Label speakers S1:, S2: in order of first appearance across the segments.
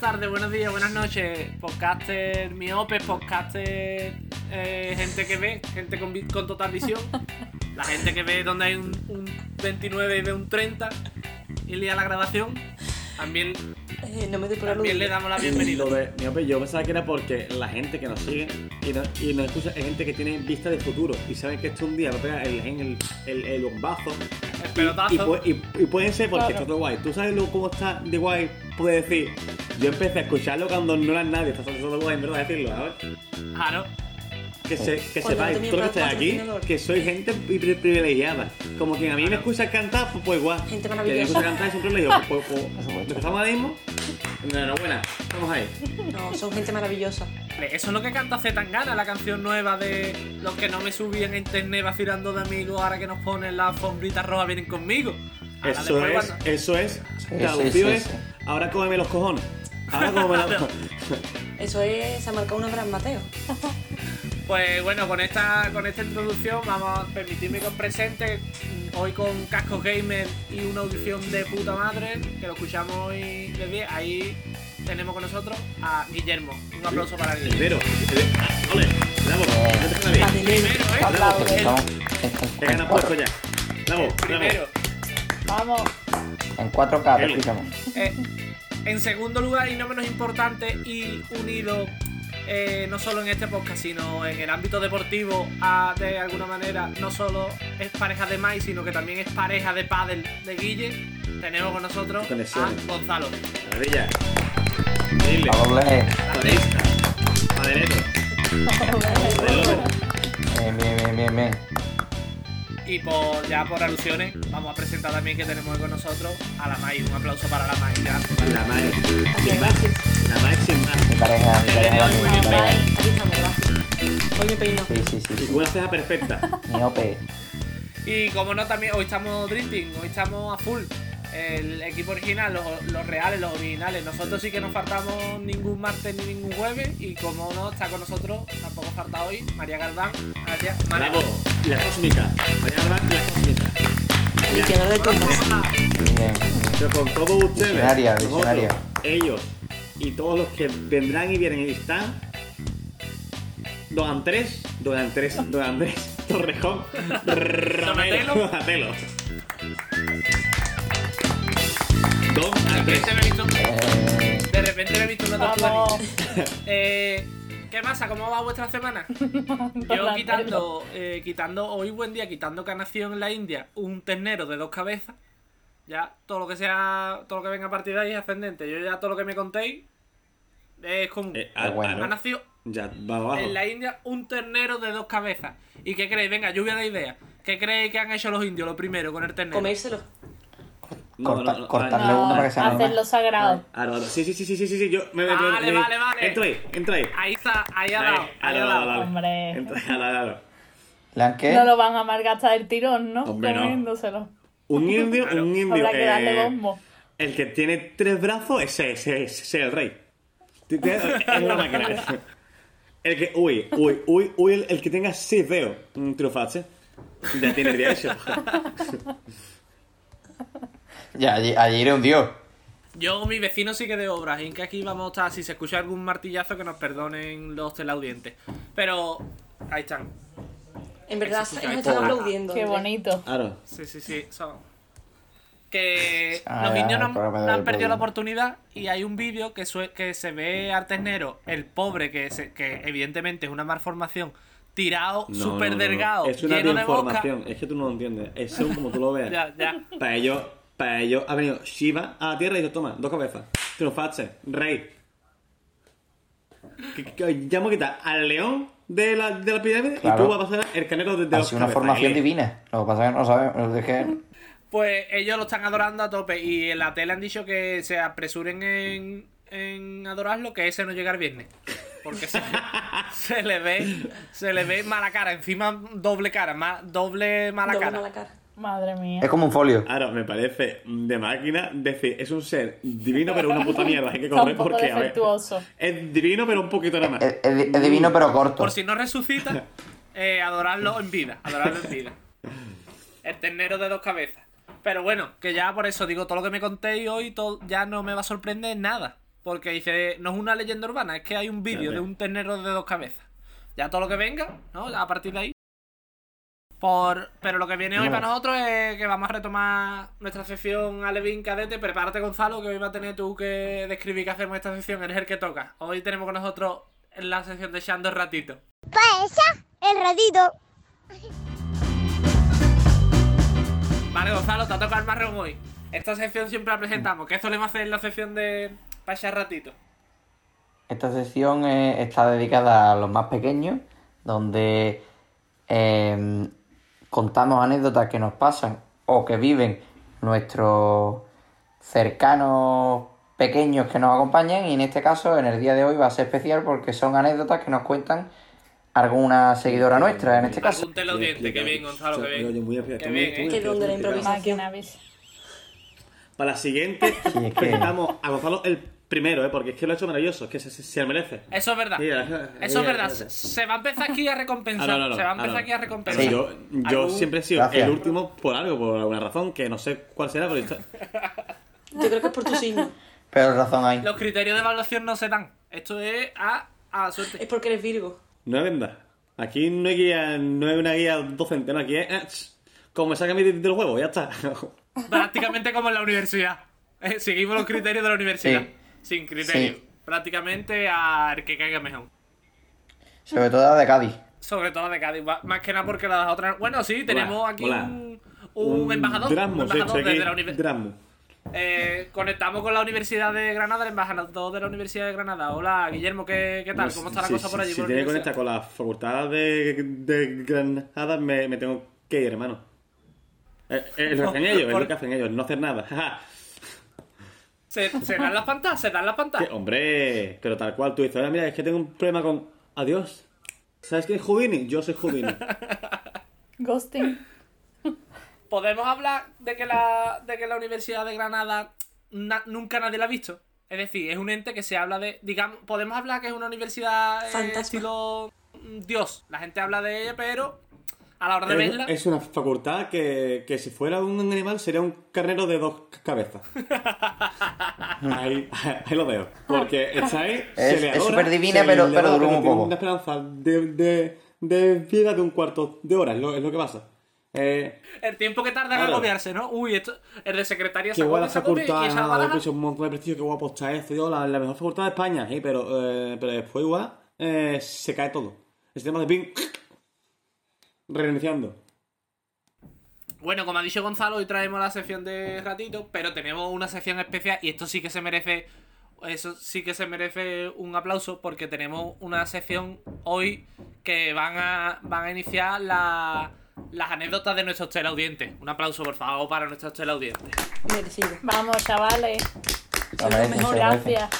S1: tardes, buenos días, buenas noches. Podcaster miopes, podcaster eh, gente que ve, gente con, vi- con total visión. La gente que ve donde hay un, un 29 y ve un 30 y lía la grabación. También,
S2: Eh, no me doy por
S1: también le
S2: aludido.
S1: damos la
S3: Lo
S1: bienvenida.
S3: de miope, yo pensaba que era porque la gente que nos sigue y no- y nos, escucha es gente que tiene vista de futuro y saben que esto un día va a pegar el, el, el, el bombazo.
S1: El
S3: Y, pues-
S1: pelotazo.
S3: pu- y- y pueden ser porque
S2: Claro.
S3: está todo guay. ¿Tú sabes lo, cómo está de guay? Puedes decir, yo empecé a escucharlo cuando no era nadie, está todo guay, en verdad, decirlo, ¿sabes?
S1: Claro.
S3: Que, se, que
S2: Cuando
S3: sepáis,
S2: no tenía
S3: todo lo que estáis aquí,
S2: patrocinador.
S3: que soy gente pri- pri- privilegiada. Como quien a mí me escucha cantar, pues, pues guau.
S2: Gente
S3: Que
S2: maravillosa.
S3: me escucha cantar es un privilegio. Pues, pues,
S4: Por supuesto.
S3: ¿lo que estamos ahora mismo? Enhorabuena, estamos ahí.
S2: No, son gente maravillosa.
S1: Eso es lo que canta Zetangana, la canción nueva de los que no me subían en internet vacilando de amigos, ahora que nos ponen la alfombrita roja, vienen conmigo. Ahora
S3: Eso
S1: después
S3: es,
S1: cuando-
S3: eso es.
S4: sí,
S3: Traducido
S4: sí,
S3: es.
S4: sí.
S3: Ahora cómeme los cojones. Ahora cómeme los
S1: Claro.
S2: Eso es, se ha marcado un Abraham Mateo.
S1: Pues bueno, con esta, con esta introducción vamos a permitirme que os presente mm, hoy con Casco Gamer y una audición de puta madre, que lo escuchamos hoy de 10. Ahí tenemos con nosotros a Guillermo. Un aplauso para Guillermo.
S3: Pero, eh, ole, bravo,
S4: Oh.
S3: no te suena bien.
S2: Adelante.
S1: Primero, ¿eh?
S3: Aplausos.
S4: Porque
S1: El-
S4: estamos
S3: Te
S4: en, en- en
S3: ganas puesto ya. Bravo, bravo.
S1: primero.
S2: Vamos.
S4: en 4K,
S3: El-
S4: prácticamente.
S1: Eh, en segundo lugar, y no menos importante, y unido eh, no solo en este podcast, sino en el ámbito deportivo, a, de alguna manera, no solo es pareja de Mai, sino que también es pareja de pádel de Guille, tenemos con nosotros
S3: Conexiones.
S1: a Gonzalo.
S3: Maravilla. Dile,
S4: A doble E. G.
S3: paderista, paderero, paderero.
S4: Bien, bien, bien, bien, bien.
S1: Y por, ya por alusiones, vamos a presentar también que tenemos con nosotros a la Mai. Un aplauso para la Mai. ya.
S3: La madre. Sin más, la madre sin más.
S4: Mi pareja, mi pareja
S1: Muy
S4: también, mi
S1: bien,
S4: pareja.
S2: Aquí estamos, gracias. Hoy me peino.
S4: Sí, sí, sí.
S3: Y
S4: sí.
S3: con una ceja perfecta.
S4: Miope.
S1: Y como no, también hoy estamos drifting, hoy estamos a full. El equipo original, los, los reales, los originales. Nosotros sí que no faltamos ningún martes ni ningún jueves. Y como no está con nosotros, tampoco falta hoy María Galdán. Gracias. María.
S3: Bravo. Y la cósmica. María Barbán y la cósmica.
S2: Limpiador de tumbas.
S4: Bien.
S3: Pero con todos ustedes,
S4: Visionaria,
S3: nosotros,
S4: visionaria.
S3: ellos y todos los que vendrán y vienen y están, don Andrés, don Andrés, don Andrés, Torrejón, Ramelo,
S1: Donatello.
S3: Donatello. Don
S1: De
S3: Andrés.
S1: repente me he visto,
S4: Eh,
S1: de repente me he visto una tortuga
S5: Vamos.
S1: ninja. Eh, ¿Qué pasa? ¿Cómo va vuestra semana? Yo quitando, eh, quitando hoy buen día, quitando que ha nacido en la India un ternero de dos cabezas. Ya todo lo que sea, todo lo que venga a partir de ahí es ascendente. Yo ya todo lo que me contéis es común.
S3: Eh, ah,
S4: bueno.
S3: ah,
S1: ha
S3: no. Ah.
S1: nacido
S3: Ya, va abajo.
S1: en la India un ternero de dos cabezas. ¿Y qué creéis? Venga, lluvia de ideas. ¿Qué creéis que han hecho los indios lo primero con el ternero?
S2: Comérselo.
S3: No,
S4: corta-
S3: no, no,
S4: cortarle
S3: vale.
S5: No,
S4: uno para que sea normal.
S5: hacerlo sagrado.
S3: Ah, no, no. Sí, sí, sí, sí, sí, sí, sí, yo me me-
S1: Vale,
S3: me-
S1: vale, vale.
S3: Entra ahí, entra ahí.
S1: Ahí está, ahí ha
S3: Ahí,
S1: dado.
S3: al
S1: Ahí ha
S3: lado, al
S1: dado.
S3: lado.
S5: Hombre.
S3: Entra, al lado, al lado.
S4: ¿Le han qué?
S5: No lo van a amargar hasta el tirón, ¿no?
S3: Hombre, no.
S5: Comiéndoselo.
S3: Un indio, un indio.
S5: Habrá que darle
S3: eh,
S5: bombo.
S3: El que tiene tres brazos, ese, ese, ese es el rey. Tú tienes- Es una máquina. El que, uy, uy, uy, uy, el, el que tenga seis dedos, un trufache, ya tiene el día hecho.
S4: Ya, allí, allí era un dios.
S1: Yo, mi vecino sí que de obras, y que aquí vamos a estar, si se escucha algún martillazo, que nos perdonen los teleaudientes. Pero ahí están.
S2: En verdad,
S1: Eso sí que
S2: hemos
S1: hay
S2: estado
S1: poco.
S2: aplaudiendo. ¿eh?
S5: Qué
S2: Andrés.
S5: bonito.
S3: Claro.
S1: Sí, sí, sí, son. Que
S4: Ah,
S1: los
S4: ya,
S1: indios
S4: el
S1: no, han-
S4: programa
S1: no
S4: del
S1: han perdido la
S4: programa.
S1: oportunidad y hay un vídeo que, sue- que se ve al ternero, el pobre, que, se- que evidentemente es una malformación, tirado,
S3: No, no,
S1: súper
S3: no, no.
S1: delgado,
S3: Es una
S1: lleno de boca.
S3: información, es que tú no lo entiendes. Es según como tú lo veas.
S1: Ya, ya.
S3: Para ellos, para ellos ha venido Shiva a la tierra y dijo, toma, dos cabezas, trufache, rey. Que- que- Ya hemos quitado al león de la, de la pirámide y
S4: Claro.
S3: tú vas a pasar el canero de, de
S4: Ha
S3: dos
S4: sido una
S3: cabezas.
S4: formación
S3: Eh,
S4: divina. Lo que pasa es que no sabemos. Es que
S1: Pues ellos lo están adorando a tope y en la tele han dicho que se apresuren en, en adorarlo, que ese no llega el viernes. Porque se, se le ve se le ve mala cara, encima doble cara, más, doble mala
S2: Doble
S1: cara.
S2: mala cara.
S5: Madre mía.
S4: es como un folio.
S3: Ahora, me parece de máquina decir, es un ser divino, pero una puta mierda. Hay que correr
S5: Está un poco
S3: porque, a ver,
S5: defectuoso.
S3: Es divino, pero un poquito nada más.
S4: Es, es- es
S3: Mm.
S4: divino pero corto.
S1: Por si no resucita, eh, adorarlo en vida, adorarlo en vida. El ternero de dos cabezas. Pero bueno, que ya por eso digo, todo lo que me contéis hoy todo, ya no me va a sorprender nada. Porque dice, no es una leyenda urbana, es que hay un vídeo
S3: Fíjate.
S1: de un ternero de dos cabezas. Ya todo lo que venga, ¿no? A partir de ahí. Por... Pero lo que viene hoy
S4: Vale.
S1: para nosotros es que vamos a retomar nuestra sección Alevín Cadete. Prepárate, Gonzalo, que hoy va a tener tú que describir qué hacemos esta sección. Eres el que toca. Hoy tenemos con nosotros la sección de Shando el ratito.
S6: Paesa, el ratito.
S1: Vale, Gonzalo, te ha tocado el marrón hoy. Esta sección siempre la presentamos, que solemos hacer en la sección de Pasha Ratito.
S4: Esta sección eh, está dedicada a los más pequeños, donde eh, contamos anécdotas que nos pasan o que viven nuestros cercanos pequeños que nos acompañan y en este caso en el día de hoy va a ser especial porque son anécdotas que nos cuentan alguna seguidora nuestra en este caso.
S1: Apúntale los dientes, que bien, Gonzalo, que
S3: Oye,
S1: bien.
S3: muy bien,
S1: Qué
S3: tú,
S1: bien,
S3: tú,
S1: ¿eh?
S3: tú,
S2: Que
S3: tú,
S2: donde la
S3: tú,
S2: improvisa-
S5: Máquina, ¿ves?
S3: Para la siguiente,
S4: Sí, es que-
S3: presentamos a Gonzalo el primero, ¿eh? porque es que lo ha hecho maravilloso, es que se, se, se lo merece.
S1: Eso es verdad.
S3: Sí, ya,
S1: Eso es
S3: ya,
S1: verdad.
S3: ya.
S1: Se va a empezar aquí a recompensar.
S3: Ah, no, no, no.
S1: Se va a
S3: Ah,
S1: empezar
S3: no.
S1: aquí a recompensar.
S4: Sí.
S3: Yo, yo
S1: Algún-
S3: siempre he sido
S4: Gracias.
S3: el último por algo, por alguna razón, que no sé cuál será, pero esto-
S2: Yo creo que es por tu signo.
S4: Pero razón hay.
S1: Los criterios de evaluación no se dan. Esto es a, a
S2: Es
S1: suerte.
S2: porque eres Virgo.
S3: no es verdad. Aquí no hay, guía, no hay una guía docente, no, aquí es... eh, ch, como saca mi del huevo, ya está.
S1: Prácticamente como en la universidad. Eh, Seguimos los criterios de la universidad.
S4: Sí.
S1: Sin criterio.
S4: Sí.
S1: Prácticamente al que caiga mejor.
S4: Sobre todo la de Cádiz.
S1: Sobre todo de Cádiz. va- Más que nada porque las otras. Bueno, sí, tenemos
S3: Hola,
S1: aquí
S3: hola.
S1: un, un embajador. un
S3: Drasmo, sí,
S1: embajador
S3: sí,
S1: desde
S3: aquí,
S1: la universidad.
S3: Drasmo.
S1: Eh, conectamos con la Universidad de Granada, el embajador de la Universidad de Granada. Hola, Guillermo, ¿qué, qué tal?
S3: No,
S1: ¿Cómo está la
S3: si-
S1: cosa por
S3: si-
S1: allí?
S3: Si
S1: por
S3: tiene
S1: la
S3: que conectar
S1: universidad?
S3: con la facultad de, de Granada, me, me tengo que ir, hermano. Eh, eh, lo que hacen ellos, es
S1: por-
S3: lo que hacen ellos, no hacer nada. jaja.
S1: ¿Se, se dan las pantas? ¿Se dan las pantas?
S3: Que, hombre, pero tal cual tú dices, "Oye, mira, es que tengo un problema con... Adiós. ¿Sabes quién es Houdini? Yo soy Houdini.
S5: Ghosting.
S1: ¿Podemos hablar de que la, de que la Universidad de Granada na- nunca nadie la ha visto? Es decir, es un ente que se habla de. Digamos, podemos hablar que es una universidad eh,
S2: Fantasma.
S1: estilo mm, Dios. La gente habla de ella, pero a la hora de verla.
S3: es, es una facultad que, que si fuera un animal sería un carnero de dos c- cabezas. ahí, ahí lo veo. Porque está ahí, se
S4: Es-
S3: le
S4: es
S3: adora,
S4: superdivina,
S3: se
S4: pero-
S3: le
S4: pero
S3: adora,
S4: duró un
S3: tiene
S4: poco.
S3: Una esperanza de, de, de vida de un cuarto de hora, es lo, es lo que pasa. Eh,
S1: El tiempo que tarda en
S3: Claro.
S1: agobiarse, ¿no? Uy, esto. El de secretaria
S3: Qué
S1: se
S3: guay
S1: agobia,
S3: la
S1: se agobia, y
S3: facultad,
S1: esa
S3: nada,
S1: baraja-
S3: que es un montón de prestigio, qué guapo está esto, yo, la, la mejor facultad de España, sí, pero, eh, pero después igual eh, se cae todo. El sistema de ping reiniciando.
S1: Bueno, como ha dicho Gonzalo, hoy traemos la sección de ratito, pero tenemos una sección especial y esto sí que se merece, eso sí que se merece un aplauso porque tenemos una sección hoy que van a, van a iniciar la- las anécdotas de nuestros teleaudientes. Un aplauso, por favor, para nuestros teleaudientes.
S2: Merecido.
S5: Vamos, chavales.
S4: Lo merecen,
S2: mejor,
S4: se lo merecen.
S5: Gracias.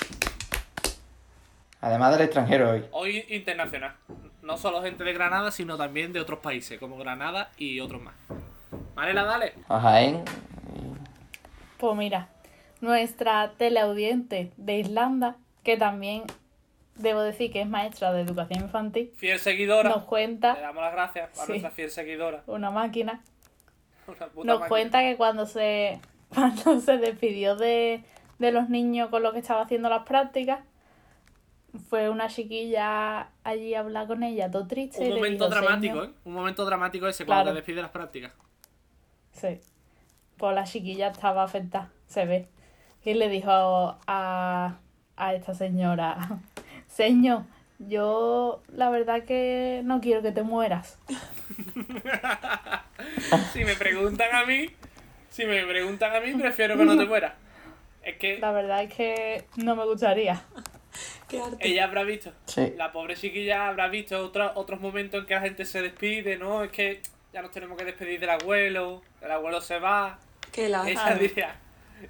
S4: Además del extranjero hoy.
S1: Hoy internacional, no solo gente de Granada, sino también de otros países, como Granada y otros más. Marela, dale.
S4: A Jaén.
S5: Pues mira, nuestra teleaudiente de Irlanda, que también debo decir que es maestra de educación infantil,
S1: Fiel seguidora.
S5: nos
S1: Le
S5: cuenta,
S1: damos las gracias a
S5: Sí.
S1: nuestra fiel seguidora.
S5: una máquina,
S1: Una puta
S5: nos
S1: máquina.
S5: cuenta que cuando se, cuando se despidió de, de los niños con los que estaba haciendo las prácticas, fue una chiquilla allí a hablar con ella, todo triste. y
S1: Un
S5: le
S1: momento
S5: dijo,
S1: dramático,
S5: "Señor".
S1: ¿eh? Un momento dramático ese cuando
S5: Claro.
S1: te despide las prácticas. ¿eh?
S5: Sí. Pues la chiquilla estaba afectada, se ve. Y le dijo a, a esta señora, señor, yo la verdad que no quiero que te mueras.
S1: Si me preguntan a mí, si me preguntan a mí, prefiero que no te mueras. Es que
S5: La verdad es que no me gustaría.
S2: Qué arte.
S1: ella habrá visto,
S4: Sí.
S1: la pobre chiquilla habrá visto otra- otros momentos en que la gente se despide, ¿no? Es que ya nos tenemos que despedir del abuelo, el abuelo se va.
S2: Qué la.
S1: Ella diría,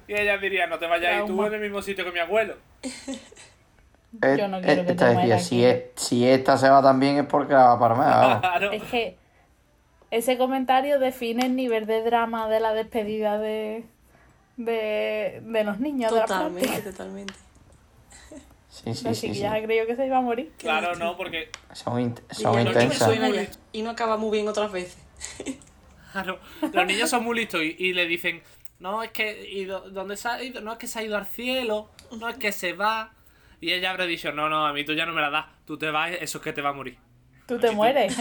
S1: y ella diría, no te vayas y tú
S5: Trauma.
S1: en el mismo sitio que mi abuelo.
S4: Eh,
S5: Yo no
S4: eh,
S5: quiero que
S4: esta
S5: te
S4: decía, eh,
S5: mueras
S4: si,
S5: aquí.
S4: es- si esta se va también es porque la va para más.
S1: Claro.
S5: Es que ese comentario define el nivel de drama de la despedida de, de, de los niños. de la práctica.
S2: Totalmente, totalmente.
S4: Sí, sí,
S5: La
S4: sí. sí.
S5: chiquilla se creyó que se iba a morir.
S1: Claro, no, porque
S4: Son, int- son
S2: Digo, "Yo creo que
S4: intensas.
S2: soy una ya". Y no acaba muy bien otras veces.
S1: Claro, los niños son muy listos y, y le dicen, No, es que. ¿y do- dónde se ha ido? No, es que se ha ido al cielo. No, es que se va. Y ella habrá dicho: No, no, a mí tú ya no me la das. Tú te vas, eso es que te va a morir.
S5: Tú te mueres.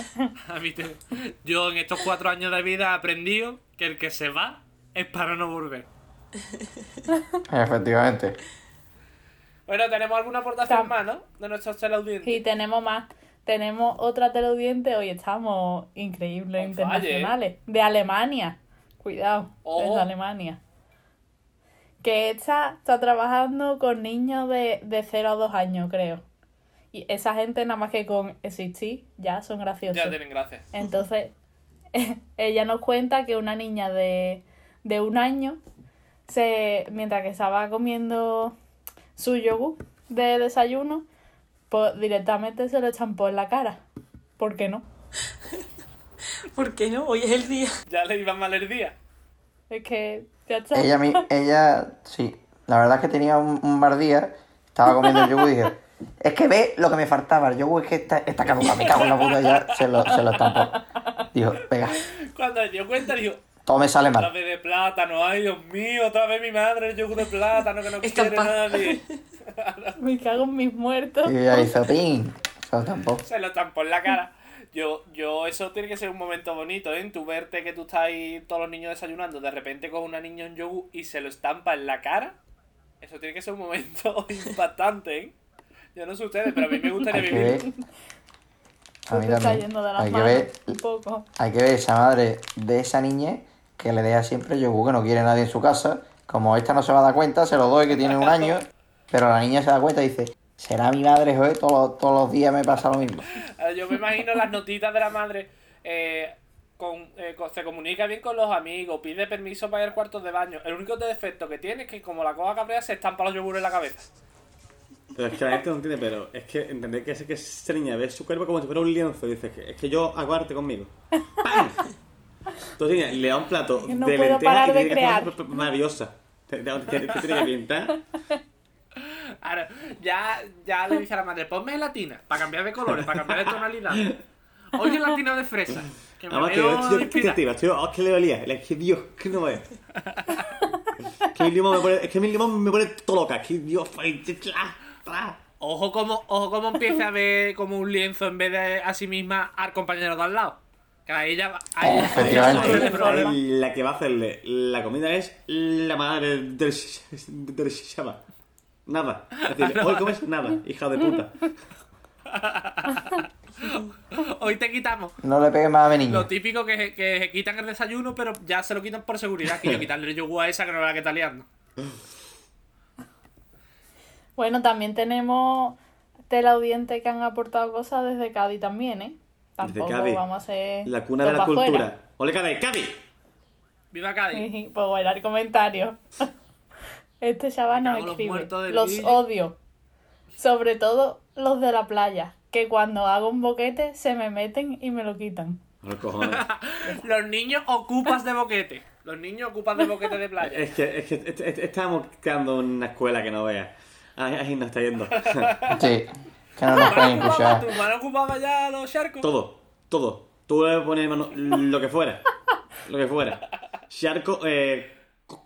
S1: A mí te- Yo en estos cuatro años de vida he aprendido que el que se va es para no volver.
S4: Efectivamente.
S1: Bueno, tenemos alguna aportación
S5: Tam-
S1: más, ¿no? De nuestros teleaudientes.
S5: Y tenemos más. Tenemos otra teleaudiente. Hoy estamos increíbles
S1: On fire.
S5: internacionales. De Alemania. Cuidado,
S1: Ojo.
S5: desde Alemania. Que esta está trabajando con niños de, de 0 a 2 años, creo. Y esa gente nada más que con existir ya son graciosos.
S1: Ya tienen gracias.
S5: Entonces, ella nos cuenta que una niña de, de un año, se, mientras que estaba comiendo su yogur de desayuno, pues directamente se lo estampó en la cara. ¿Por qué no?
S2: ¿Por qué no? Hoy es el día.
S1: Ya le iba mal el día.
S5: Es que ya está.
S4: Ella, mi- ella, sí, la verdad es que tenía un, un mal día, estaba comiendo el yogur y dije, es que ve lo que me faltaba, el yogur es que está, está caduca, me cago en la puta, y ya se lo, se lo estampó. Dijo, venga,
S1: Cuando dio cuenta, dijo:
S4: todo me sale
S1: Otra
S4: mal.
S1: vez de plátano, ay Dios mío, otra vez mi madre, el yogur de plátano que no quiere
S2: Estampa.
S1: nadie.
S5: Me cago en mis muertos.
S4: Y ella hizo, pin, se lo estampó.
S1: Se lo estampó en la cara. Yo, yo, eso tiene que ser un momento bonito, ¿eh? Tú verte que tú estás ahí todos los niños desayunando, de repente con una niña un yogur y se lo estampa en la cara. Eso tiene que ser un momento impactante, ¿eh? Yo no sé ustedes, pero a mí me gustaría
S4: Hay que
S1: vivir.
S4: ver. A mí
S5: Se te está
S4: también.
S5: yendo de las
S4: Hay que
S5: manos
S4: ver,
S5: un poco.
S4: hay que ver esa madre de esa niña que le deja siempre yogur que no quiere nadie en su casa. Como esta no se va a dar cuenta, se lo doy que tiene un año, pero la niña se da cuenta y dice, será mi madre, joder, todos los- todos los días me pasa lo mismo.
S1: Eh, Yo me imagino las notitas de la madre. eh, con, eh, con- se comunica bien con los amigos, pide permiso para ir al cuarto de baño. El único defecto que tiene es que como la coja cabrea se estampa los yogures en la cabeza.
S3: Pero es que la gente no entiende, pero es que entender que es que esa niña ve su cuerpo como si fuera un lienzo y dice que es que yo hago arte conmigo. ¡Pam! Entonces niña, le da un plato
S5: Que no
S3: de
S5: puedo
S3: lentejas
S5: parar
S3: y
S5: de
S3: tiene que hacer
S5: crear.
S3: una p- maravillosa. Te, te, te- te tiene que pintar.
S1: Ahora, ya, ya le dice a la madre, ponme gelatina, para cambiar de colores, para cambiar de tonalidad. Hoy gelatina de fresa. Que me
S3: Además que
S1: veo
S3: yo estoy
S1: inspirada".
S3: creativa, estoy, oh, es que le olía, es que Dios, que no es. Es que mi limón me pone, es que mi limón me pone todo loca, es que Dios, ay, tla, tla.
S1: Ojo como, ojo como empieza a ver como un lienzo en vez de a sí misma al compañero de al lado. Que ahí ya, ahí ya-
S4: Efectivamente.
S1: ahí ya se le problema.
S3: La que va a hacerle la comida es la madre del, sh- del Shaba. Nada. Es decir, hoy comes nada, hija de puta.
S1: Hoy te quitamos.
S4: No le pegues más a mi
S1: Lo
S4: niño.
S1: típico que, que se quitan el desayuno, pero ya se lo quitan por seguridad. Que yo quitarle el yogur a esa que no era la que está liando.
S5: Bueno, también tenemos teleaudientes que han aportado cosas desde Cádiz también, ¿eh? Tampoco
S3: Cádiz.
S5: vamos a ser
S3: La cuna de la
S5: topafuera.
S3: cultura. Ole, Cádiz, Cádiz.
S1: Viva Cádiz.
S5: Sí, pues bueno, el comentario. Este chaval
S1: Me
S5: nos
S1: cago en los
S5: escribe.
S1: muertos del
S5: Los
S1: vídeo".
S5: odio. Sobre todo los de la playa, que cuando hago un boquete se me meten y me lo quitan.
S3: A los cojones.
S1: Los niños ocupas de boquete. Los niños ocupas de boquete de playa.
S3: Es que, es que est- est- estábamos creando una escuela que no veas. Ay, ay, nos está yendo.
S4: Sí, que no nos ¿eh? pueden
S1: Mano ocupaba,
S4: escuchar.
S1: tu mano ocupaba ya los charcos.
S3: Todo, todo. Tú le pones mano, lo que fuera. Lo que fuera. Charco, eh, cu-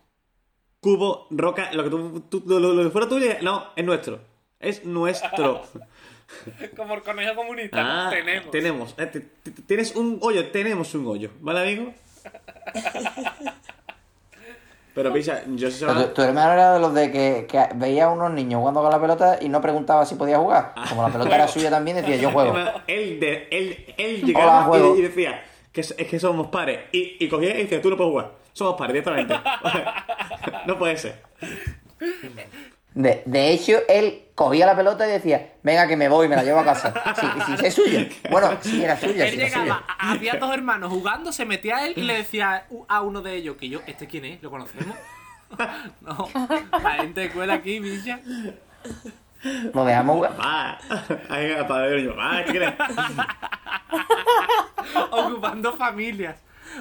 S3: cubo, roca, lo que, tú, tú- lo, lo- lo que fuera tuyo, no, es nuestro. Es nuestro.
S1: Como el conejo comunista.
S3: Ah,
S1: tenemos.
S3: eh, te- te- tienes un hoyo, tenemos un hoyo, ¿vale, amigo? Pero pisa, yo sé
S4: Pero Tu, tu hermano era de los de que, que veía a unos niños jugando con la pelota y no preguntaba si podía jugar. Como la pelota era suya también, decía yo juego.
S3: Él, de- él, él llegaba
S4: Hola, juego.
S3: y, y decía que, es es que somos pares. Y, y cogía y decía, tú no puedes jugar. Somos pares directamente. no puede ser.
S4: De, de hecho, él cogía la pelota y decía, venga que me voy, me la llevo a casa. Si, si es suya. Bueno, si era suya,
S1: Él
S4: si era
S1: llegaba,
S4: suya.
S1: a- había dos hermanos jugando, se metía a él y
S3: Mm.
S1: le decía u- a uno de ellos que yo, ¿este quién es? ¿Lo conocemos? no, la gente de escuela aquí, Villa.
S4: Lo dejamos jugar.
S3: Va. Ahí el padre yo, va, ¿qué crees?
S1: Ocupando familias.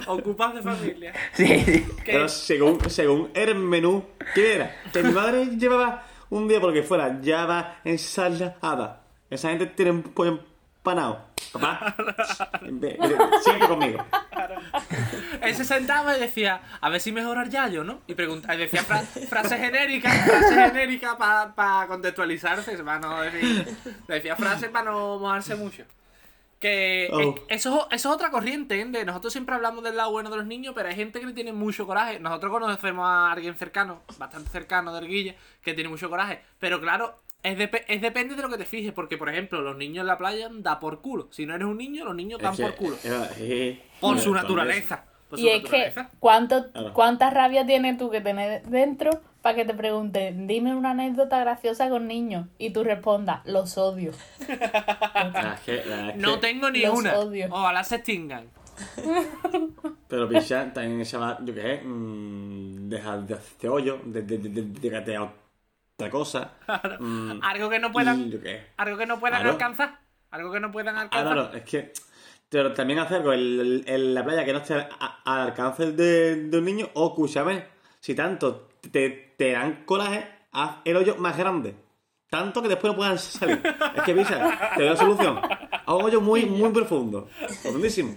S1: Ocupas de familias.
S4: Sí, sí.
S3: Pero según, según el menú, ¿qué era? Que mi madre llevaba un día porque fuera, ya va ensalada. Esa gente tiene un pollo empanado. Papá, ve- ve- siempre conmigo.
S1: Él se sentaba y decía, a ver si mejorar ya yo, ¿no? Y, pregunta, y decía fra- frases genéricas, frases genéricas para contextualizarse, para no decir. Decía frases para no mojarse mucho. Que
S3: Oh.
S1: eh, eso, es- eso es otra corriente, ¿eh? De Nosotros siempre hablamos del lado bueno de los niños, pero hay gente que le tiene mucho coraje. Nosotros conocemos a alguien cercano, bastante cercano de Erguilla, que tiene mucho coraje. Pero claro, es, depe- es depende de lo que te fijes, porque por ejemplo, los niños en la playa da por culo. Si no eres un niño, los niños dan
S3: Es que-
S1: por culo.
S3: eh, eh,
S1: Por su
S3: entonces,
S1: naturaleza. Por su
S5: Y es que,
S1: Pues naturaleza.
S5: ¿cuánto,
S3: Claro.
S5: ¿cuánta rabia tienes tú que tener dentro para que te pregunten, dime una anécdota graciosa con niños? Y tú respondas, los odio.
S3: la es que- la es
S1: No
S3: que-
S1: tengo ni
S5: Los
S1: una.
S5: odio.
S1: Ojalá se extingan.
S3: Pero picha, también el chaval, yo qué sé, mm, deja de hacer hoyo, de, de, de, de, dedícate a otra cosa. Mm,
S1: Algo que no
S3: y
S1: puedan.
S3: yo qué sé.
S1: Algo que no puedan
S3: Claro.
S1: alcanzar. Algo que no puedan
S3: Ah,
S1: alcanzar.
S3: claro, es que. Pero también hacer algo en, en la playa que no esté a- a- al alcance de, de un niño, o escúchame, si tanto te, te dan coraje, haz el hoyo más grande. Tanto que después no puedan salir. Es que, pisa, te doy la solución. Haz un hoyo muy, muy profundo. Profundísimo.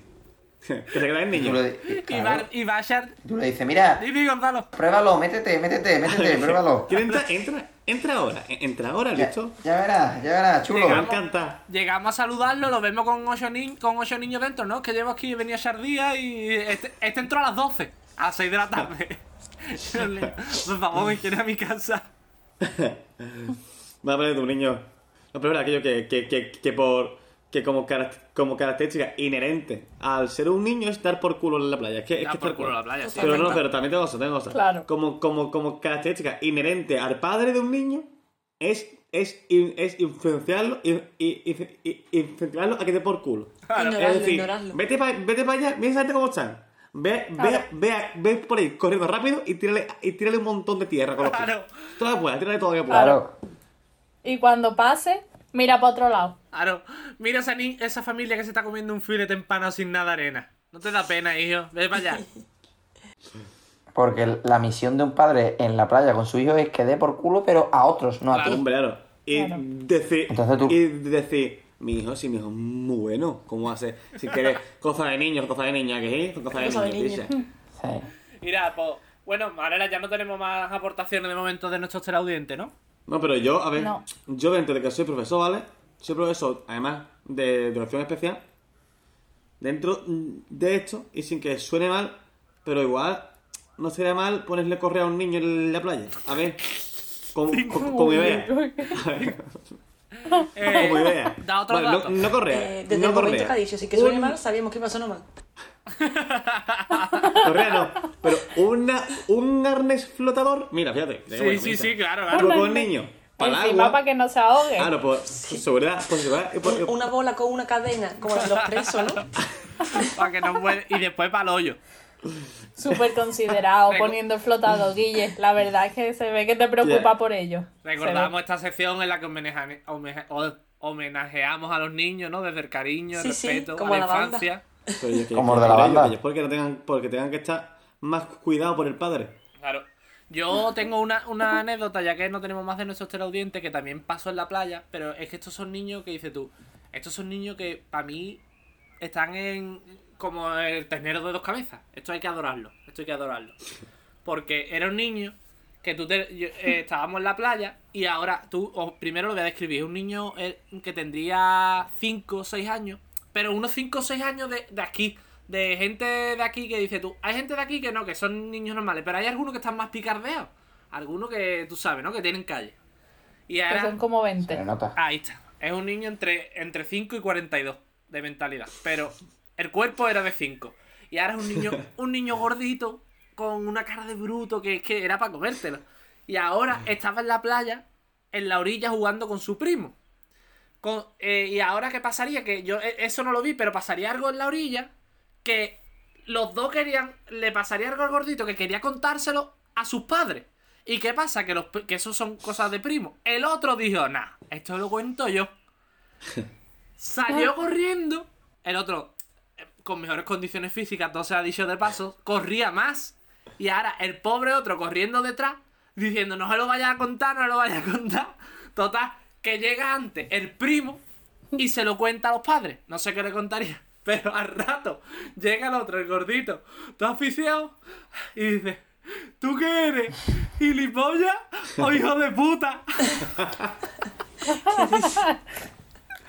S3: que se quede el
S4: Y
S3: niño.
S4: tú le,
S1: Y,
S4: claro,
S1: va, y va a ser.
S4: tú le dices, mira,
S1: Dime, Gonzalo.
S4: pruébalo, métete, métete, métete, pruébalo.
S3: ¿Quién entra? Entra, entra ahora. E- Entra ahora,
S4: Ya,
S3: listo.
S4: ya verás, ya verás,
S3: Te va a
S4: chulo.
S3: encantar.
S1: Llegamos a saludarlo, lo vemos con ocho, ni- con ocho niños dentro, ¿no? Que llevo aquí, venía Shardía y este, este entró a las 12, a las 6 de la tarde. Yo le digo, Por favor, me quiere a mi casa.
S3: Va a poner de un niño. Lo peor es aquello que, que, que, que por. que como, carac- como característica inherente al ser un niño es dar por culo en la playa. Es que, es
S1: Da
S3: que es
S1: por
S3: tal
S1: culo
S3: cual.
S1: la playa, sí.
S3: Pero no, pero también tengo cosas, tengo cosas.
S5: Claro.
S3: Como, como, como característica inherente al padre de un niño es, es, in- es influenciarlo, in- in- in- in- influenciarlo a que te por culo.
S2: Ignorarlo,
S3: Es decir,
S2: ignorarlo.
S3: vete para vete pa allá, mira exactamente cómo están. Ve, ve, ve, ve por ahí corriendo rápido y tírale, y tírale un montón de tierra con los pies.
S1: Claro.
S3: Todas las puedas, tírale todo lo que puedas.
S4: Claro.
S5: Y cuando pase, mira para otro lado.
S1: Claro, mira esa, ni- esa familia que se está comiendo un filete empanado sin nada de arena. No te da pena, hijo. Ve para allá.
S4: Porque la misión de un padre en la playa con su hijo es que dé por culo, pero a otros, no a
S1: Claro.
S4: ti.
S3: Hombre, claro. Y
S5: Claro.
S3: decir,
S4: Entonces tú-
S3: y decir, mi hijo, si mi hijo es muy bueno, ¿cómo hace? Si quieres, cosas de niños, cosas de niña, que sí, son cosas de
S2: Cosa de
S3: niños.
S2: niño.
S3: dice.
S4: Sí.
S1: Mira, pues, bueno, ahora ya no tenemos más aportaciones de momento de nuestros teleaudientes, ¿no?
S3: No, pero yo, a ver,
S5: No.
S3: yo dentro de que soy profesor, ¿vale? Soy profesor, además de, de opción especial. Dentro mm, de esto, y sin que suene mal, pero igual no sería mal ponerle correa a un niño en la playa. A ver, con, con- con idea. A ver,
S1: Eh,
S3: Como idea.
S1: Da otro
S3: Vale,
S1: dato.
S3: no, no correa.
S2: Eh, desde
S3: no
S2: el momento
S3: correa.
S2: que ha dicho, si que suene
S3: Un-
S2: mal, sabíamos que iba a sonar mal.
S3: Correa no, pero una, un arnés flotador. Mira, fíjate.
S1: Sí, sí, sí, claro,
S3: Tú
S1: claro.
S3: vas con el niño. Para el
S5: Encima
S3: agua. Ah,
S5: para que no se ahogue.
S3: Claro, por pues seguridad, por seguridad. y pues, por-
S2: Un- Una bola con una cadena, como la de los presos, ¿no?
S1: Para que no muera. Y después para el hoyo.
S5: Súper considerado,
S1: Recu-
S5: poniendo el flotado, Guille. La verdad es que se ve que te preocupa
S3: Ya.
S5: por ello. Se ve.
S1: Recordamos esta sección en la que homenaje- homenaje- oh, homenajeamos a los niños, ¿no? Desde el cariño, el
S2: Sí, sí,
S1: respeto,
S2: como
S1: a la,
S2: la banda.
S1: infancia.
S3: Pero yo- pues, que-
S4: Como
S3: que-
S4: el de la
S3: pero
S4: banda.
S3: yo- que yo- Porque, no tengan, porque tengan que estar más cuidado por el padre.
S1: Claro. Yo tengo una, una anécdota, ya que no tenemos más de nuestros teleaudientes, que también pasó en la playa, pero es que estos son niños que dices tú, estos son niños que para mí están en como el ternero de dos cabezas. Esto hay que adorarlo, esto hay que adorarlo. Porque era un niño que tú te- yo- eh, estábamos en la playa y ahora tú, os primero lo voy a describir, es un niño eh, que tendría 5 o 6 años, pero unos 5 o 6 años de, de aquí, de gente de aquí que dice tú, hay gente de aquí que no, que son niños normales, pero hay algunos que están más picardeados, algunos que tú sabes, ¿no? Que tienen calle. Y
S5: Que
S1: ahora...
S5: son como
S4: Se
S5: 20.
S4: le nota.
S1: Ahí está. Es un niño entre, entre 5 y 42 de mentalidad. Pero el cuerpo era de 5. Y ahora es un niño, un niño gordito con una cara de bruto que es que era para comértelo. Y ahora estaba en la playa, en la orilla jugando con su primo. Con- eh, y ahora qué pasaría, que yo eh, eso no lo vi, pero pasaría algo en la orilla que los dos querían, le pasaría algo al gordito que quería contárselo a sus padres. ¿Y qué pasa? Que, los, pri- que eso son cosas de primo. El otro dijo, nah, esto lo cuento yo. Salió corriendo. El otro, eh, con mejores condiciones físicas, todo se ha dicho de paso, corría más. Y ahora el pobre otro corriendo detrás, diciendo, no se lo vaya a contar, no se lo vaya a contar. Total, que llega antes el primo y se lo cuenta a los padres. No sé qué le contaría. Pero al rato llega el otro, el gordito, todo asfixiado, y dice, ¿tú qué eres? ¿Gilipollas o hijo de puta?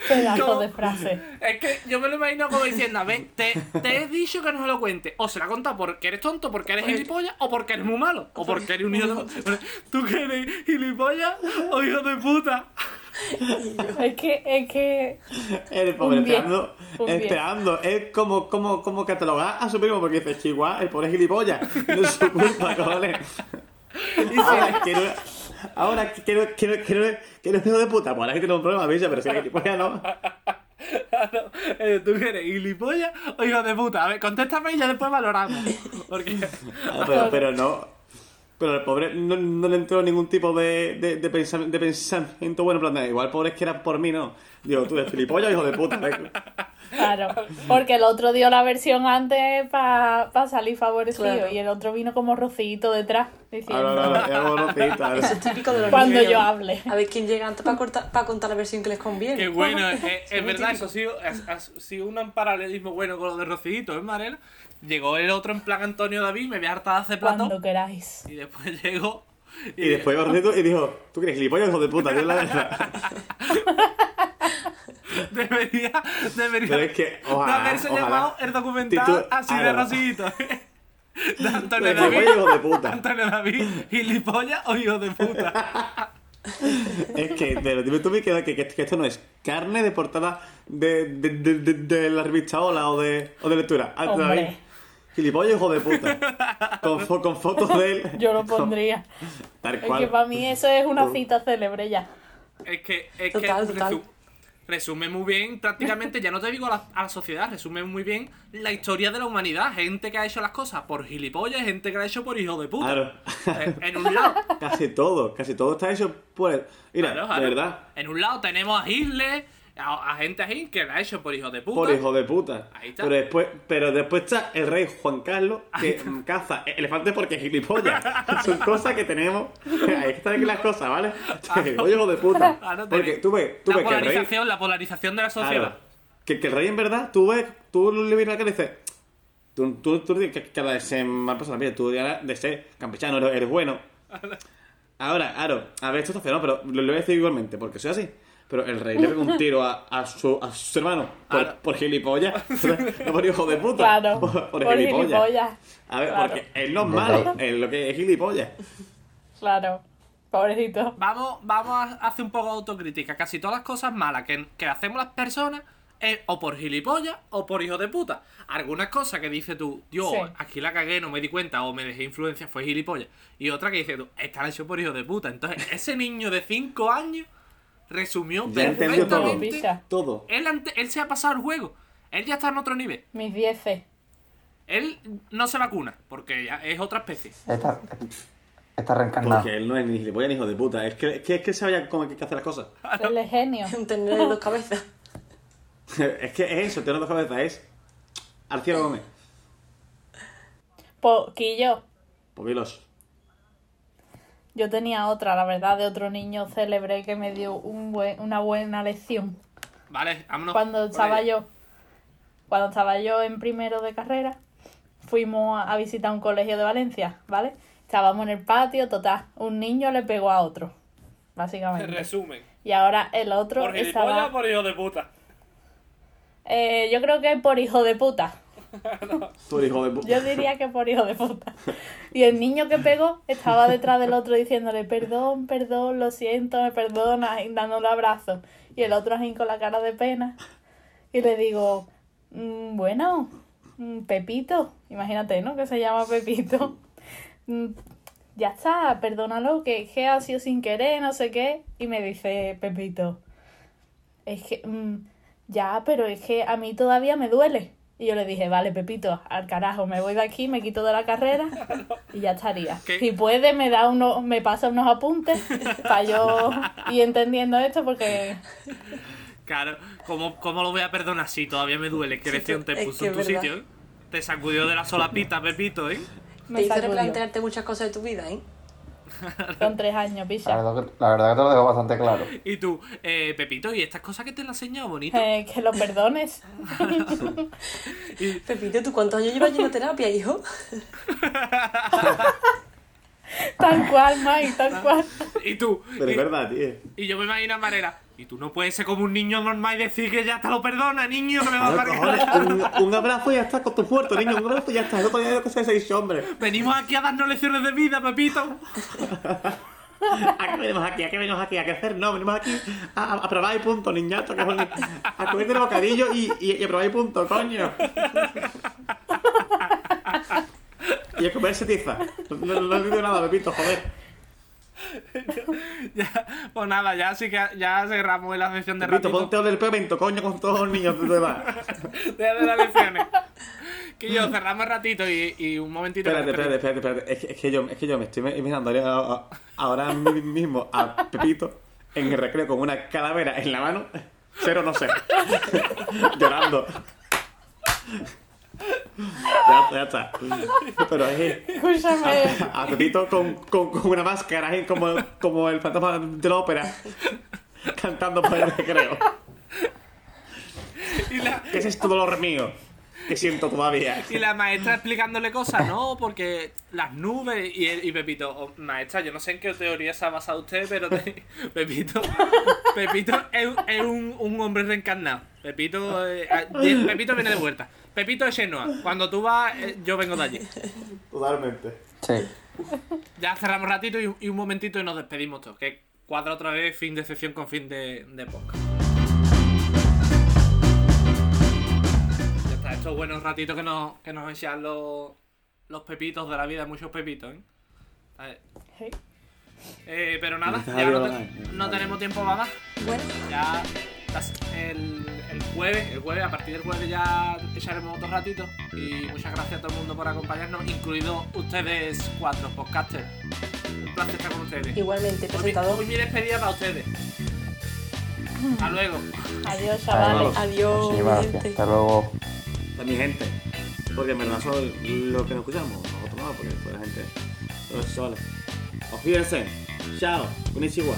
S5: Pedazo
S1: No.
S5: de frase.
S1: Es que yo me lo imagino como diciendo, a ver, te, te he dicho que no se lo cuente. O se la contado porque eres tonto, porque eres gilipollas, o porque eres muy malo, o porque eres un hijo de puta. ¿Tú que eres gilipollas o hijo de puta?
S5: Es que, es que.
S3: El pobre
S5: Un diez,
S3: esperando,
S5: un diez.
S3: esperando. Es como, como, como catalogar a su primo porque dice, chihuahua, el pobre gilipollas. No es su culpa, cojones. ahora quiero... Ahora quiero, quiero, quiero, quiero hijo de puta. Pues ahora que tengo un problema, bicha, pero si eres gilipollas no.
S1: Claro, eh, ¿tú qué eres gilipollas o hijo de puta? A ver, contéstame y ya después valoramos. Porque
S3: Ah, Pero, pero no. Pero el pobre no, no le entró ningún tipo de, de, de, pensam- de pensamiento bueno. en plan, de, igual pobre es que era por mí, ¿no? Digo, tú eres gilipollas, hijo de puta. ¿eh?
S5: Claro. Porque el otro dio la versión antes para salir favorecido.
S2: Claro.
S5: Y el otro vino como rocito detrás. Diciendo.
S3: Ahora, ahora, ya hago rotita, ahora.
S2: Eso es típico de los
S5: Cuando
S2: niños.
S5: yo hable.
S2: A ver quién llega antes para, cortar, para contar la versión que les conviene.
S1: que bueno, es, es
S2: muy
S1: verdad,
S2: típico.
S1: eso ha sido, ha- ha sido un paralelismo bueno con lo de Rocidito, ¿eh, Marela? Llegó el otro en plan Antonio David, me voy a hartar de hacer
S5: Cuando
S1: plato.
S5: queráis.
S1: Y después llegó.
S3: Y después llegó Rocito y dijo, tú eres gilipollas, hijo de puta. Yo la verdad.
S1: Debería, debería
S3: Pero es que,
S1: de
S3: ojalá,
S1: haberse
S3: ojalá.
S1: llamado el documental
S3: Actitud-
S1: así de
S3: Álvaro.
S1: Rocidito. ¿eh? De
S3: Tú
S1: Antonio
S3: eres
S1: David.
S3: gilipollas, hijo de puta.
S1: Antonio David, gilipollas o hijo de puta.
S3: Es que, pero dime tú, Miquel, que, que, que esto no es carne de portada de, de, de, de, de la revista Hola o de, o de lectura. Ah,
S5: Hombre.
S3: David, Gilipollas, hijo de puta. Con, fo- con fotos de él.
S5: Yo lo pondría.
S3: Tal
S5: Es
S3: cual.
S5: que para mí eso es una cita célebre ya.
S1: Es que, es
S2: Total,
S1: que
S2: total.
S1: resu- resume muy bien, prácticamente, ya no te digo a la, a la sociedad, resume muy bien la historia de la humanidad. Gente que ha hecho las cosas por gilipollas, gente que la ha hecho por hijo de puta.
S3: Claro.
S1: Eh, En un lado,
S3: Casi todo, casi todo está hecho por él. Mira,
S1: claro,
S3: de
S1: claro.
S3: verdad,
S1: En un lado tenemos a Hitler, a, a gente así que la ha hecho por hijo de puta.
S3: por hijo de puta.
S1: Ahí está.
S3: Pero después, pero después está el rey Juan Carlos que mm, caza elefantes porque es gilipollas. Son cosas que tenemos. Ahí están las cosas, ¿vale?
S1: Ah,
S3: Gilipollas, hijo de puta.
S1: Ahora tenemos
S3: Porque tú ves, tú
S1: la
S3: ves que el rey.
S1: polarización, la polarización de la
S3: Claro.
S1: sociedad.
S3: Que, que el rey en verdad, tú ves, tú le miras la cara y dices, tú, tú, tú tienes que, que la de ser mal persona, mira, tú ya de ser campechano, eres, eres bueno. Ahora, claro, a ver, esto está feo, ¿no? pero lo, lo voy a decir igualmente, porque soy así. Pero el rey le pega un tiro a, a, su, a su hermano por,
S1: Claro.
S3: por gilipollas. No por hijo de puta.
S5: Claro,
S3: Por, por
S5: por
S3: gilipollas.
S5: gilipollas.
S3: A ver,
S5: Claro.
S3: porque él no es malo, él lo que es gilipollas.
S5: Claro. Pobrecito.
S1: Vamos, vamos a hacer un poco de autocrítica. Casi todas las cosas malas que, que hacemos las personas es o por gilipollas o por hijo de puta. Algunas cosas que dices tú, Dios,
S5: Sí.
S1: aquí la cagué, no me di cuenta o me dejé influencia, fue gilipollas. Y otra que dices tú, está hecho por hijo de puta. Entonces, ese niño de 5 años resumió
S3: Ya entendió todo.
S5: Ah.
S1: perfectamente.
S3: Todo.
S1: Él, ante- él se ha pasado el juego. Él ya está en otro nivel.
S5: Mis dieces.
S1: Él no se vacuna porque ya es otra especie.
S4: Está, está
S5: Ah.
S4: reencarnado.
S3: Porque él no es ni gilipollas ni hijo de puta. Es que, es que, es que él sabe ya cómo hay que hacer las cosas.
S5: Él es genio.
S2: Un tener en dos cabezas.
S3: es que es eso, tener dos cabezas, es al cielo come.
S5: Poquillo.
S3: Poquilos.
S5: Yo tenía otra, la verdad, de otro niño célebre que me dio un buen- una buena lección.
S1: Vale, vámonos.
S5: Cuando
S1: por
S5: estaba
S1: ahí.
S5: yo, cuando estaba yo en primero de carrera, fuimos a, a visitar un colegio de Valencia, ¿vale? Estábamos en el patio, total, un niño le pegó a otro, básicamente.
S1: Resumen.
S5: Y ahora el otro
S1: Por gilipollas
S5: estaba,
S1: o por hijo de puta.
S5: eh, yo creo que por hijo de puta.
S3: Tú eres hijo de puta.
S5: Yo diría que por hijo de puta. Y el niño que pegó estaba detrás del otro diciéndole, perdón, perdón, lo siento, me perdona, y dándole abrazos. Y el otro así con la cara de pena. Y le digo, "Mm, bueno, mm, Pepito, imagínate, ¿no? Que se llama Pepito. "Mm, Ya está, perdónalo, que, que ha sido sin querer, no sé qué. Y me dice Pepito, es que, mm, ya, pero es que a mí todavía me duele. Y yo le dije, vale, Pepito, al carajo, me voy de aquí, me quito de la carrera y ya estaría.
S1: ¿Qué?
S5: Si puede, me da uno, me pasa unos apuntes para yo ir entendiendo esto porque
S1: Claro, ¿cómo, cómo lo voy a perdonar si todavía me duele? Que
S2: Sí,
S1: lección te
S2: es
S1: puso
S2: que
S1: en tu
S2: es verdad.
S1: sitio, ¿eh? Te sacudió de la solapita, Pepito, ¿eh?
S5: me
S2: Te hice
S5: sacudió.
S2: replantearte muchas cosas de tu vida, ¿eh?
S5: Con tres años,
S4: La
S5: picha.
S4: verdad, que, la verdad que te lo dejo bastante claro.
S1: Y tú, eh, Pepito, ¿y estas cosas que te las he enseñado bonito?
S5: Eh, que lo perdones.
S2: Pepito, ¿tú cuántos años llevas yendo a terapia, hijo?
S5: Tal cual, Mike, tal cual.
S1: Y tú,
S3: Pero
S1: y,
S3: es verdad, tío.
S1: y yo me imagino a Marera, y tú no puedes ser como un niño normal y decir que ya hasta lo perdona, niño, que me va a
S3: Ahora,
S1: marcar.
S3: cojones, un, un abrazo y ya está, con tu muerto, niño. Un abrazo y ya está. No tenía yo que ser seis hombres.
S1: Venimos aquí a darnos lecciones de vida, Pepito.
S3: ¿A qué Ah, venimos aquí? ¿A qué venimos aquí? ¿A crecer? No, venimos aquí a, a, a probar y punto, niñato. que es un- a comerte el bocadillo y, y, y a probar y punto, coño. Y a comerse tiza. No, no, no he vivido nada, Pepito, joder.
S1: Ya, pues nada, ya sí que ya cerramos la sección de
S3: Pepito,
S1: ratito.
S3: ponte del pegamento, coño, con todos los niños de tu edad.
S1: Deja de las lecciones. Que yo cerramos ratito y, y un momentito.
S3: Espérate, espérate, espérate, espérate. Es que, es que yo, es que yo me estoy imaginando a- a- ahora mi- mismo a Pepito en el recreo con una calavera en la mano, cero no sé, llorando. Ya, ya está. Pero es
S5: Escúchame.
S3: a Pepito con, con, con una máscara, es como, como el fantasma de la ópera, cantando por el recreo.
S1: Y la,
S3: ¿Qué es este dolor mío que siento todavía?
S1: y la maestra explicándole cosas, ¿no? Porque las nubes y, el- y Pepito, oh, maestra, yo no sé en qué teoría se ha basado usted, pero te- Pepito, Pepito es, un- es un, un hombre reencarnado. Pepito, eh, ah, de- Pepito viene de vuelta. Pepito es Xenoa. Cuando tú vas, eh, yo vengo de allí.
S3: Totalmente.
S4: Sí.
S1: Ya cerramos ratito y, un- y un momentito y nos despedimos todos. Que cuadra otra vez fin de sesión con fin de, de podcast. Ya está, estos buenos ratitos que nos, que nos echan los, los pepitos de la vida, muchos pepitos, ¿eh? A ver,
S5: Hey.
S1: eh, pero nada,
S3: Está
S1: ya no,
S3: bien,
S1: te-
S3: vale.
S1: no tenemos tiempo para más.
S2: Bueno,
S1: Ya las- el, el jueves, el jueves, a partir del jueves ya echaremos otro ratito. Y muchas gracias a todo el mundo por acompañarnos, incluidos ustedes cuatro, podcasters. Un placer estar con ustedes. Hoy
S2: igualmente,
S1: mi, hoy
S2: presentador.
S1: mi despedida para ustedes. Hasta luego.
S5: Adiós,
S4: Adiós.
S5: chavales.
S2: Adiós,
S4: Muchísimas
S2: mi
S4: gracias.
S2: gente.
S4: Hasta luego.
S3: a mi gente. Porque en verdad son lo que nos escuchamos, nosotros no, porque fue la gente. Pero solo. Os fíjense. Chao. Konnichiwa.